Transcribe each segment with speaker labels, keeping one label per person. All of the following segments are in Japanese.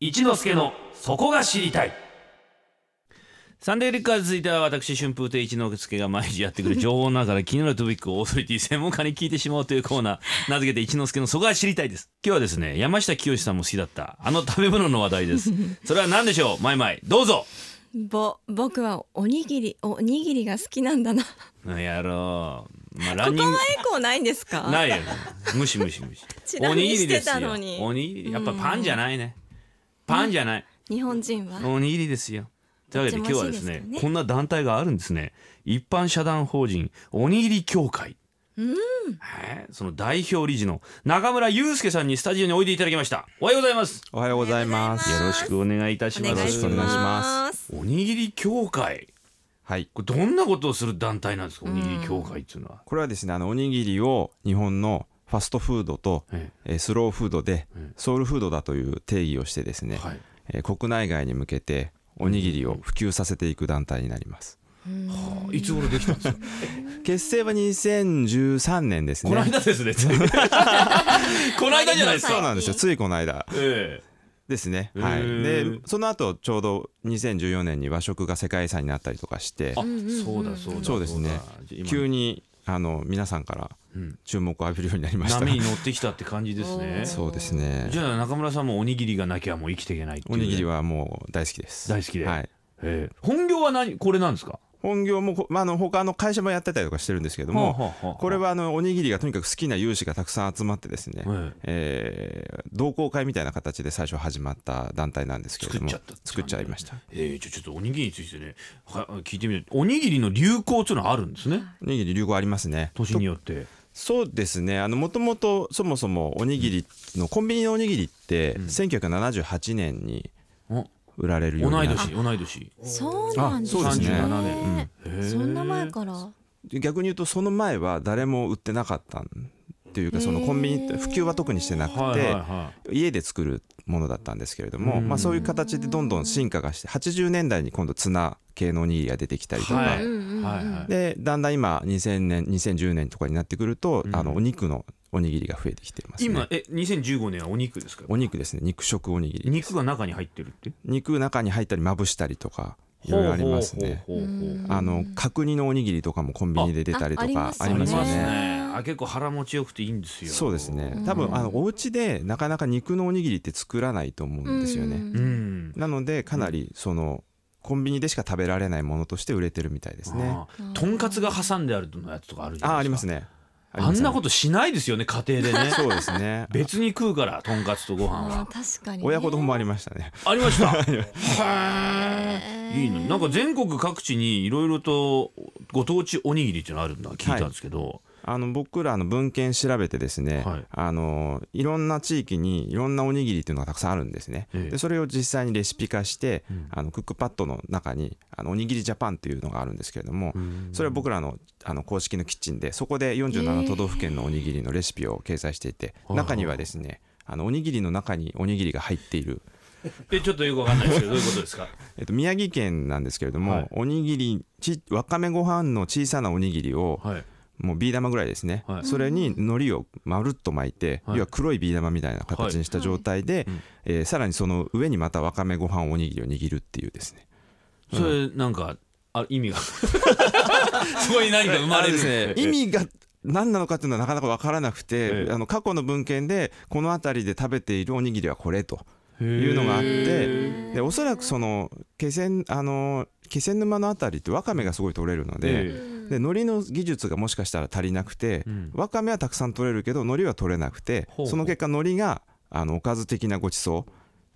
Speaker 1: 一之助のそこが知りたいサンデーリッカーズ続いては私春風亭一之助が毎日やってくる情報の中から気になるトピックをオーソリティ専門家に聞いてしまうというコー ナー名付けて一之助のそこが知りたいです今日はですね山下清さんも好きだったあの食べ物の話題 ですそれは何でしょうまいまいどうぞ
Speaker 2: ぼ僕はおにぎりおにぎりが好きなんだなこ
Speaker 1: やろう、まあ、ラ
Speaker 2: こ
Speaker 1: ンニン
Speaker 2: は
Speaker 1: グ
Speaker 2: エコーないんですか
Speaker 1: ないよねむしむしむ し
Speaker 2: チ
Speaker 1: お
Speaker 2: ラ
Speaker 1: にぎ
Speaker 2: 見
Speaker 1: り
Speaker 2: し
Speaker 1: で
Speaker 2: て
Speaker 1: すよ
Speaker 2: たのに
Speaker 1: おにぎりやっぱパンじゃないねパンじゃない
Speaker 2: 日本人は
Speaker 1: おにぎりですよ。というわけで今
Speaker 2: どっ
Speaker 1: 日
Speaker 2: ちも
Speaker 1: は
Speaker 2: 美
Speaker 1: です
Speaker 2: 味しいです
Speaker 1: ね
Speaker 2: よね
Speaker 1: こんな団体があるんですね一般社団法人おにぎり協会はいその代表理事の中村祐介さんにスタジオにおいでいただきましたおはようございます
Speaker 3: おはようございます。
Speaker 1: よろしくお願いいたし
Speaker 2: お
Speaker 1: ま
Speaker 2: 願い
Speaker 1: す
Speaker 2: し
Speaker 3: よろしくお願いし
Speaker 2: ま
Speaker 3: ます
Speaker 1: おにぎり協会
Speaker 3: はい。
Speaker 1: これどんなことをする団体なんですかおにぎり協会っていうのは、
Speaker 3: これはですね、あのおにぎりを日本のファストフードと、
Speaker 1: え
Speaker 3: えースローフードでソウルフードだという定義をしてですね、
Speaker 1: はい
Speaker 3: えー国内外に向けておにぎりを普及させていく団体になります。
Speaker 1: はあいつ頃できたんですか
Speaker 3: 結成は2013年ですね。
Speaker 1: この間です ねこの間じゃないです
Speaker 3: そうな
Speaker 1: か、
Speaker 3: んですよ。ついこの間
Speaker 1: え
Speaker 3: ですね。
Speaker 1: へ
Speaker 3: はい。
Speaker 1: ー
Speaker 3: で、その後ちょうど2014年に和食が世界遺産になったりとかして
Speaker 1: え、あ、そうだそうだ
Speaker 3: そうですね
Speaker 1: そうだ今
Speaker 3: 急にあの皆さんから
Speaker 1: うん
Speaker 3: 注目を浴びるようになりました。
Speaker 1: 波に乗ってきたって感じですね
Speaker 3: そうですね。
Speaker 1: じゃあ中村さんもおにぎりがなきゃもう生きていけないっていう
Speaker 3: おにぎりはもう大好きです。
Speaker 1: 大好きで
Speaker 3: はい。
Speaker 1: ええ本業は何これなんですか
Speaker 3: 本業もこ、まあ、あの他の会社もやってたりとかしてるんですけども、
Speaker 1: はあはあ
Speaker 3: これはあのおにぎりがとにかく好きな有志がたくさん集まってですね、
Speaker 1: ええ
Speaker 3: えー同好会みたいな形で最初始まった団体なんですけれども
Speaker 1: 作っちゃった
Speaker 3: 作っちゃいました
Speaker 1: ええじゃあちょっとおにぎりについてねは聞いてみるおにぎりの流行っていうのはあるんですね
Speaker 3: おにぎり流行ありますね
Speaker 1: 年によって
Speaker 3: そうですねもともとそもそもおにぎりのコンビニのおにぎりって1978年に
Speaker 1: お
Speaker 3: 売られるように
Speaker 1: 同
Speaker 3: ないって
Speaker 1: 年同い年
Speaker 2: そうなんですね
Speaker 3: あそうですね
Speaker 1: 37年
Speaker 2: うんそんな前から
Speaker 3: 逆に言うとその前は誰も売ってなかったっていうかそのコンビニって普及は特にしてなくて、
Speaker 1: はいはいは
Speaker 3: 家で作るものだったんですけれども、
Speaker 1: うん
Speaker 3: まあ、そういう形でどんどん進化がして80年代に今度ツナ系のおにぎりが出てきたり
Speaker 1: い
Speaker 3: とか、
Speaker 1: はい
Speaker 2: うんうんうん
Speaker 1: はいはい
Speaker 3: でだんだん今2000年2010年とかになってくると、あのお肉のおにぎりが増えてきています、ね、
Speaker 1: 今え2015年はお肉ですか
Speaker 3: お肉ですね肉食おにぎり
Speaker 1: 肉が中に入ってるって
Speaker 3: 肉中に入ったりまぶしたりとかいろいろありますね
Speaker 1: ほうほうほうほう
Speaker 3: あの角煮のおにぎりとかもコンビニで出たりと
Speaker 2: あ
Speaker 3: か
Speaker 2: あ
Speaker 3: あ
Speaker 2: り
Speaker 3: り
Speaker 1: あ
Speaker 3: ま
Speaker 1: り
Speaker 3: すよ
Speaker 1: ます
Speaker 3: ね
Speaker 1: ねあ結構腹持ちよくていいんですよ
Speaker 3: そうですね多分あのお家でなかなか肉のおにぎりって作らないと思うんですよね、
Speaker 2: うん
Speaker 1: うん
Speaker 3: なのでかなりそのコンビニでしか食べられないものとして売れてるみたいですね。
Speaker 1: あーとんかつが挟んであるのやつとかあるじゃ
Speaker 3: あ
Speaker 1: な
Speaker 3: あ
Speaker 1: い
Speaker 3: り
Speaker 1: で
Speaker 3: ますす
Speaker 1: か
Speaker 3: ね。
Speaker 1: あんなこととしないですよね家庭でね。
Speaker 3: そうですね
Speaker 1: 別に食うからとんかつとご飯
Speaker 2: あ
Speaker 1: は
Speaker 2: ー確かにね
Speaker 3: 親子丼もありましたね。
Speaker 1: ありました へえいいのなんか全国各地にいろいろとご当地おにぎりっていうのあるんだ聞いたんですけど、
Speaker 3: あの僕らの文献調べてですね、
Speaker 1: はい
Speaker 3: あのいろんな地域にいろんなおにぎりっていうのがたくさんあるんですね。
Speaker 1: ええ
Speaker 3: でそれを実際にレシピ化して、あのクックパッドの中にあのおにぎりジャパンっていうのがあるんですけれども、それは僕らのあの公式のキッチンでそこで47都道府県のおにぎりのレシピを掲載していて、中にはですね、あのおにぎりの中におにぎりが入っている。
Speaker 1: えちょっとよくわかんないですけどどういうことです か
Speaker 3: えっと、宮城県なんですけれども、
Speaker 1: はい
Speaker 3: おにぎりちわかめご飯の小さなおにぎりを、
Speaker 1: はい
Speaker 3: もうビー玉ぐらいですね、
Speaker 1: はい
Speaker 3: それに海苔をまるっと巻いて、
Speaker 1: はい
Speaker 3: 要は黒いビー玉みたいな形にした状態で、えーさらにその上にまたわかめご飯おにぎりを握るっていうですね
Speaker 1: それなんかあ意味が そこに何か生まれる
Speaker 3: あですね意味が何なのかっていうのはなかなか分からなくて、
Speaker 1: ええ
Speaker 3: あの過去の文献でこの辺りで食べているおにぎりはこれと
Speaker 1: へー
Speaker 3: いうのがあってでおそらくその気仙あの気仙沼の辺りってわかめがすごい取れるので、
Speaker 1: え
Speaker 3: で海苔の技術がもしかしたら足りなくて、
Speaker 1: うん
Speaker 3: わかめはたくさん取れるけど海苔は取れなくて
Speaker 1: ほうほう
Speaker 3: その結果海苔があのおかず的なごちそう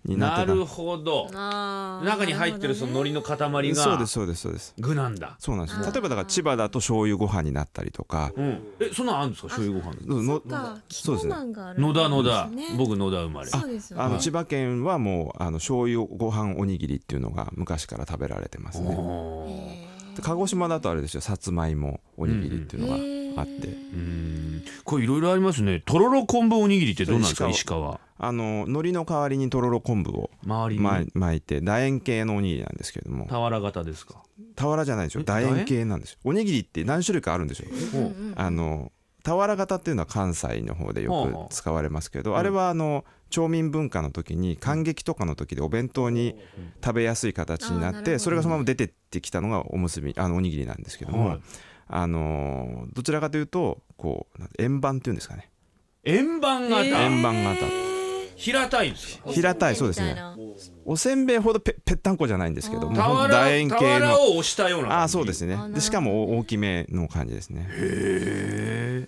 Speaker 3: になっ
Speaker 1: な
Speaker 3: てた
Speaker 1: るほど
Speaker 2: あー
Speaker 1: 中に入ってるその海苔の塊
Speaker 3: そうで
Speaker 1: が
Speaker 3: すそうですそうです
Speaker 1: 具なんだ
Speaker 3: そうなんです例えばだから千葉だと醤油ご飯になったりとか
Speaker 1: うん、えそんなのあるんですか醤油ご飯
Speaker 3: の
Speaker 2: そっかキ
Speaker 3: そうで
Speaker 2: コ
Speaker 3: すね
Speaker 2: マンがある
Speaker 1: 野田野田、
Speaker 2: ですね
Speaker 1: 僕野田生まれ
Speaker 2: そうですよ
Speaker 3: あ
Speaker 2: ね
Speaker 3: の千葉県はもうあの醤油ご飯おにぎりっていうのが昔から食べられてますね
Speaker 1: おー
Speaker 3: で鹿児島だとあれですよさつまいもおにぎりっていう
Speaker 2: へ
Speaker 3: の
Speaker 2: ー
Speaker 3: があって、
Speaker 1: うーんこれいろいろありますねとろろ昆布おにぎりってどうなんですか石
Speaker 3: 石
Speaker 1: 川
Speaker 3: あの海苔の代わりにとろろ昆布を
Speaker 1: 周りに、
Speaker 3: ま巻いて楕円形のおにぎりなんですけれども
Speaker 1: 俵型ですか
Speaker 3: 俵じゃないんですよ
Speaker 1: 楕
Speaker 3: 楕
Speaker 1: 円
Speaker 3: 円形なんですよおにぎりって何種類かあるんですよあの俵型っていうのは関西の方で
Speaker 1: ほうほ
Speaker 3: よ
Speaker 1: う
Speaker 3: く使われますけどあれはあの町民文化の時に感激とかの時でお弁当に食べやすい形に
Speaker 2: あーな
Speaker 3: なっ
Speaker 2: るほど
Speaker 3: てそれがそのまま出てってきたのがおむすびあのおにぎりなんですけど
Speaker 1: はい
Speaker 3: もあのーどちらかというとこうなん円盤っていうんですかね
Speaker 1: 円盤型、
Speaker 3: 円盤型
Speaker 1: 平たいんですか
Speaker 3: 平たいそうですねおせんべいほどぺぺったんこじゃないんですけども
Speaker 1: 俵
Speaker 3: ほんと楕円形
Speaker 1: 俵
Speaker 3: の
Speaker 1: を押したような感じ
Speaker 3: ああそうです
Speaker 2: あ
Speaker 3: ね
Speaker 2: ーなるほど
Speaker 3: でしかも大大きめの感じですね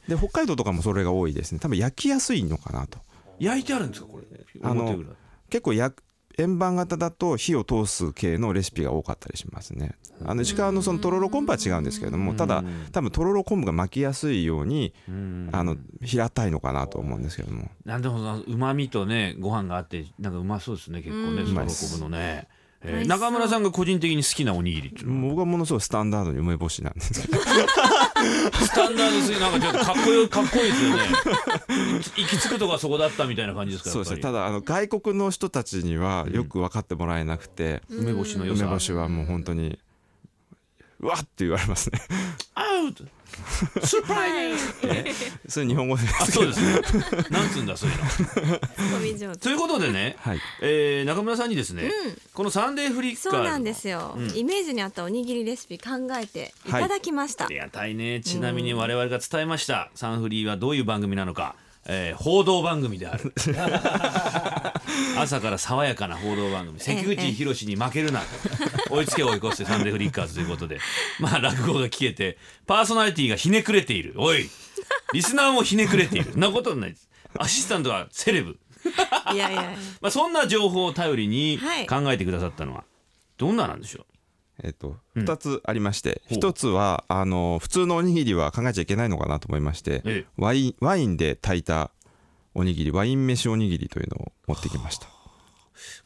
Speaker 3: で北海道とかもそれが多いですね多分焼きやすいのかなと
Speaker 1: 焼いてあるんですかこれ
Speaker 3: あの
Speaker 1: 表ぐらい
Speaker 3: 結構焼く円盤型だと火を通す系のレシピが多かったりしますねあの石川のそのとろろ昆布は違うんですけれどもただ多分とろろ昆布が巻きやすいように
Speaker 1: うん
Speaker 3: あの平たいのかなと思うんですけれども
Speaker 1: なんでもうまみとねご飯があってなんかうまそうですね結構ね
Speaker 2: うん
Speaker 1: その昆布のね、えー
Speaker 2: 美味しそう
Speaker 1: 中村さんが個人的に好きなおにぎりっていうのは
Speaker 3: 僕はものすごいスタンダードに梅干しなんですけど
Speaker 1: スタンダードすぎてなんかちょっとかっこよかっこいいですよね行き着くとかそこだったみたいな感じですから
Speaker 3: そ
Speaker 1: や
Speaker 3: う
Speaker 1: っぱ
Speaker 3: です
Speaker 1: り
Speaker 3: ねただあの外国の人たちにはよく分かってもらえなくて、
Speaker 1: 梅干しの良
Speaker 3: 梅
Speaker 1: さ
Speaker 3: 干しはもう本当にうわっって言われますね
Speaker 1: アウトスプライ
Speaker 2: はい
Speaker 3: それ日本語で
Speaker 1: あ
Speaker 3: す
Speaker 1: そうですねなんつうんだそういうの
Speaker 2: ツッコミ上手
Speaker 1: ということでね、
Speaker 3: はい
Speaker 1: えー、中村さんにですね、このサンデーフリッカー
Speaker 2: そ
Speaker 1: の
Speaker 2: うなんですよ、
Speaker 1: うん
Speaker 2: イメージに合ったおにぎりレシピ考えていただきました、
Speaker 1: ありがたいねちなみに我々が伝えました、サンフリーはどういう番組なのか、えー報道番組であ る朝から爽やかな報道番組関口宏に負けるな、追いつけ追い越してサンデーフリッカーズということでまあ落語が消えてパーソナリティがひねくれているおいリスナーもひねくれているそんなことないですアシスタントはセレブ、
Speaker 2: いやいやいや
Speaker 1: まあ、そんな情報を頼りに
Speaker 2: はい
Speaker 1: 考えてくださったのはどんななんでしょう
Speaker 3: えっと、
Speaker 1: うん
Speaker 3: 2つありまして、
Speaker 1: ほう
Speaker 3: 1つはあの普通のおにぎりは考えちゃいけないのかなと思いまして、
Speaker 1: ええ
Speaker 3: ワインワインで炊いたおにぎりワイン飯おにぎりというのを持ってきました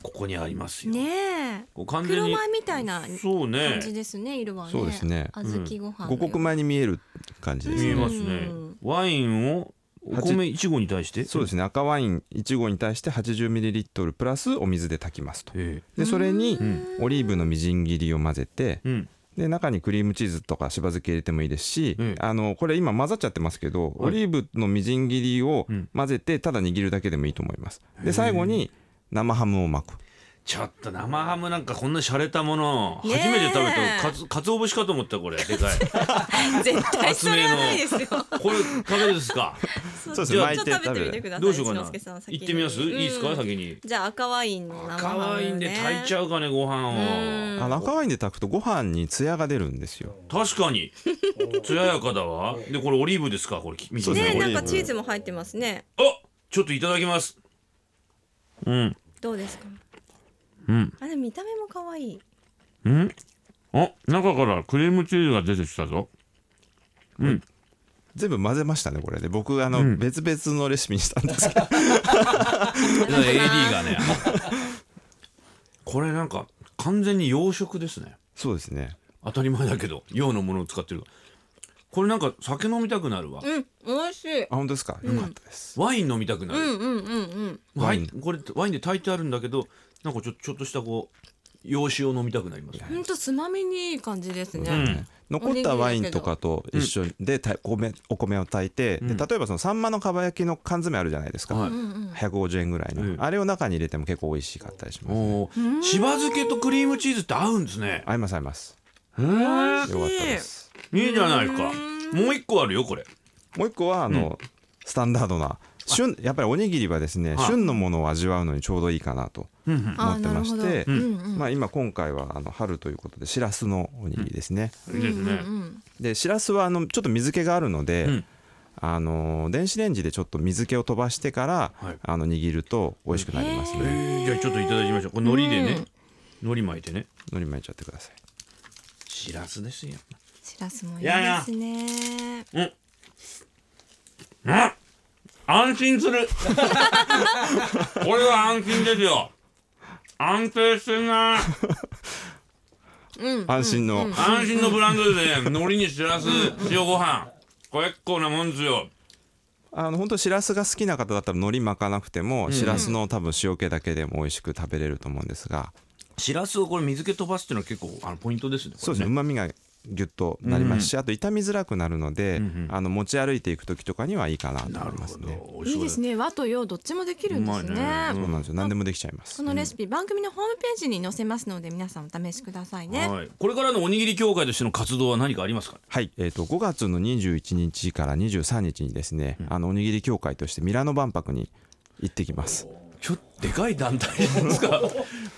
Speaker 1: ここにありますよ、
Speaker 2: ね
Speaker 1: こう
Speaker 2: え
Speaker 1: 完全
Speaker 2: 黒
Speaker 1: に
Speaker 2: 米みたいな
Speaker 1: そうね
Speaker 2: 感じですね色はね
Speaker 3: そうですね
Speaker 2: 小豆ご飯のような、
Speaker 3: 五穀米に見える感じです
Speaker 1: 見え
Speaker 3: ね
Speaker 1: ますね
Speaker 2: うん。
Speaker 1: ワインをお米一合に対して。
Speaker 3: そうですね赤ワイン1合に対して 80ml プラスお水で炊きますと
Speaker 1: え
Speaker 3: でそれに
Speaker 1: ん
Speaker 3: オリーブのみじん切りを混ぜて
Speaker 1: え。うん。
Speaker 3: で中にクリームチーズとかしば漬け入れてもいいですし、
Speaker 1: ええ
Speaker 3: あのこれ今混ざっちゃってますけど、オリーブのみじん切りを
Speaker 1: うん
Speaker 3: 混ぜてただ握るだけでもいいと思いますで最後に生ハムを巻く
Speaker 1: ちょっと生ハムなんかこんな洒落たもの初
Speaker 2: ねえ
Speaker 1: めて食べたかつかつお節かと思ったこれでかい
Speaker 2: 絶対それはないですよ
Speaker 1: これ食べですか
Speaker 2: そう
Speaker 3: です
Speaker 1: ね
Speaker 2: ちょ
Speaker 1: 巻い
Speaker 2: ちょってと食べてみてください
Speaker 1: どうしようかな
Speaker 2: 一之輔さん先に
Speaker 1: 行ってみますいいです
Speaker 2: う
Speaker 1: か
Speaker 2: ん
Speaker 1: 先に
Speaker 2: じゃあ赤ワインの生ハム、ね、
Speaker 1: 赤ワインで炊いちゃうかねご飯を
Speaker 2: うん
Speaker 3: あの赤ワインで炊くとご飯にツヤが出るんですよ
Speaker 1: 確か に艶やかだわでこれオリーブですかこれ見て
Speaker 3: そうです
Speaker 2: ね
Speaker 3: ね
Speaker 2: なんかチーズも入ってますね
Speaker 1: あちょっといただきますうん
Speaker 2: どうですか
Speaker 1: うん
Speaker 2: あでも見た目も可愛い
Speaker 1: うんあ中からクリームチーズが出てきたぞ
Speaker 3: 全部混ぜましたねこれで僕あの、
Speaker 1: うん
Speaker 3: 別々のレシピにしたん ですけど
Speaker 1: AD がねこれなんか完全に洋食ですね
Speaker 3: そうですね
Speaker 1: 当たり前だけど洋のものを使ってるこれなんか酒飲みたくなるわ
Speaker 2: うん美味しい
Speaker 3: あ本当ですかよかったです、
Speaker 1: ワイン飲みたくな
Speaker 2: う
Speaker 1: る、
Speaker 2: んうんうんうん
Speaker 1: ワインこれワインで炊いてあるんだけどなんかちょちょっとしたこう洋酒を飲みたくなりますね
Speaker 2: ほんとつまみにいい感じですね、
Speaker 1: うん
Speaker 3: 残ったワインとかと一緒でたお米お米を炊いて、
Speaker 1: うん
Speaker 3: で例えばそのサンマのかば焼きの缶詰あるじゃないですか、
Speaker 1: はい
Speaker 3: 150円ぐらいの、
Speaker 1: うん
Speaker 3: あれを中に入れても結構美味しかったりします
Speaker 1: おーしば漬けとクリームチーズって合うんですね
Speaker 3: 合います合います
Speaker 1: へー
Speaker 3: よかったです
Speaker 1: いいじゃないかもう一個あるよこれ
Speaker 3: もう一個はあの、スタンダードな旬やっぱりおにぎりはですね
Speaker 1: はい
Speaker 3: 旬のものを味わうのにちょうどいいかなと
Speaker 1: うんうん
Speaker 3: 思
Speaker 2: あ
Speaker 3: っ
Speaker 2: ー
Speaker 3: て
Speaker 2: なる
Speaker 3: ま
Speaker 2: ほ
Speaker 3: し
Speaker 2: ど
Speaker 3: て
Speaker 2: うんうん
Speaker 3: まあ今今回はあの春ということでしらすのおにぎりですね、
Speaker 1: いいですね
Speaker 2: うんうん
Speaker 3: でしらすはあのちょっと水気があるので、
Speaker 1: うん
Speaker 3: あの電子レンジでちょっと水気を飛ばしてから、
Speaker 1: はい
Speaker 3: あの握ると美味しくなります
Speaker 1: え
Speaker 3: ね
Speaker 1: ーじゃあちょっといただきましょうこれ海苔でね海苔巻いてね
Speaker 3: のり巻いちゃってください
Speaker 1: しらすですよ
Speaker 2: しらすもいい
Speaker 1: い
Speaker 2: で
Speaker 1: やいや
Speaker 2: すね
Speaker 1: うん。うん。安心する。 これは安心ですよ。安定してんな。
Speaker 3: 安心の、
Speaker 1: 安心のブランドですね。海苔にしらす、塩ご飯。これ結構なもんですよ。
Speaker 3: あの本当しらすが好きな方だったら海苔巻かなくても、しらすの多分塩気だけでも美味しく食べれると思うんですが、
Speaker 1: しらすをこれ水気飛ばすっていうのは結構あのポイントですね。
Speaker 3: そうですねうまみがギュッとなりますし、あと傷みづらくなるので、あの持ち歩いていく時とかにはいいかなと思いますね。
Speaker 1: お仕
Speaker 4: いいです
Speaker 1: 事
Speaker 4: ね和と洋どっちもできるんですね
Speaker 1: うまいね
Speaker 3: そうなんですよ何でもできちゃいま
Speaker 4: こ
Speaker 3: す。
Speaker 4: のレシピ番組のホームページに載せますので皆さんお試しくださいね、
Speaker 1: はい、これからのおにぎり協会としての活動は何かありますか、ね、
Speaker 3: はい、えー、と5月の21日から23日にですね、あのおにぎり協会としてミラノ万博に行ってきます。
Speaker 1: ちょっとでかい団体じゃないです か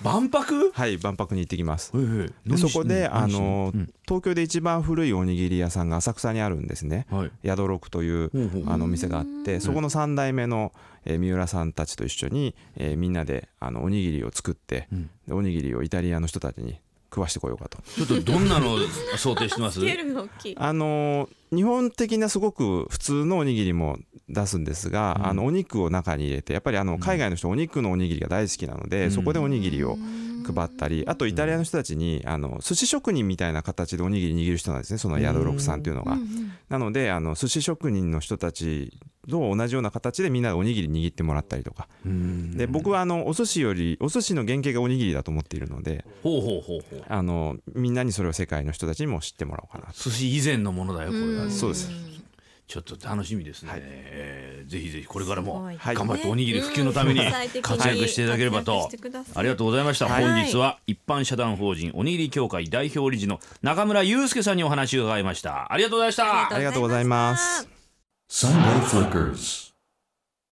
Speaker 1: 万博
Speaker 3: はい、万博に行ってきます。
Speaker 1: で
Speaker 3: でそこで、あの
Speaker 1: うん
Speaker 3: 東京で一番古いおにぎり屋さんが浅草にあるんですね。
Speaker 1: はい
Speaker 3: 宿六という
Speaker 1: ほうほう
Speaker 3: あのお店があってそこの3代目の、えー三浦さんたちと一緒に、えーみんなであのおにぎりを作って、でおにぎりをイタリアの人たちに食わしてこようかと。
Speaker 1: ちょっとどんなのを想定してま す
Speaker 4: スケールの大きい
Speaker 3: あのー日本的なすごく普通のおにぎりも出すんですが、あのお肉を中に入れてやっぱりあの海外の人お肉のおにぎりが大好きなので、そこでおにぎりを配ったりあとイタリアの人たちにあの寿司職人みたいな形でおにぎり握る人なんですねその宿六さんっていうのが。なのであの寿司職人の人たちと同じような形でみんなでおにぎり握ってもらったりとかで僕はあのお寿司よりお寿司の原型がおにぎりだと思っているので
Speaker 1: ほうほうほうほう
Speaker 3: あのみんなにそれを世界の人たちにも知ってもらおうかな
Speaker 1: 寿司以前のものだよこれは
Speaker 3: そうです
Speaker 1: ちょっと楽しみですね、えーぜひぜひこれからも
Speaker 4: す
Speaker 3: ごい
Speaker 1: 頑張っておにぎり普及のために
Speaker 4: うんはい
Speaker 1: 活躍していただければ
Speaker 4: 活
Speaker 1: と
Speaker 4: 躍してください
Speaker 1: ありがとうございました
Speaker 4: はい
Speaker 1: 本日は一般社団法人おにぎり協会代表理事の中村祐介さんにお話を伺いましたありがとうございました
Speaker 3: ありがとうございます。
Speaker 5: Sunday Flickers.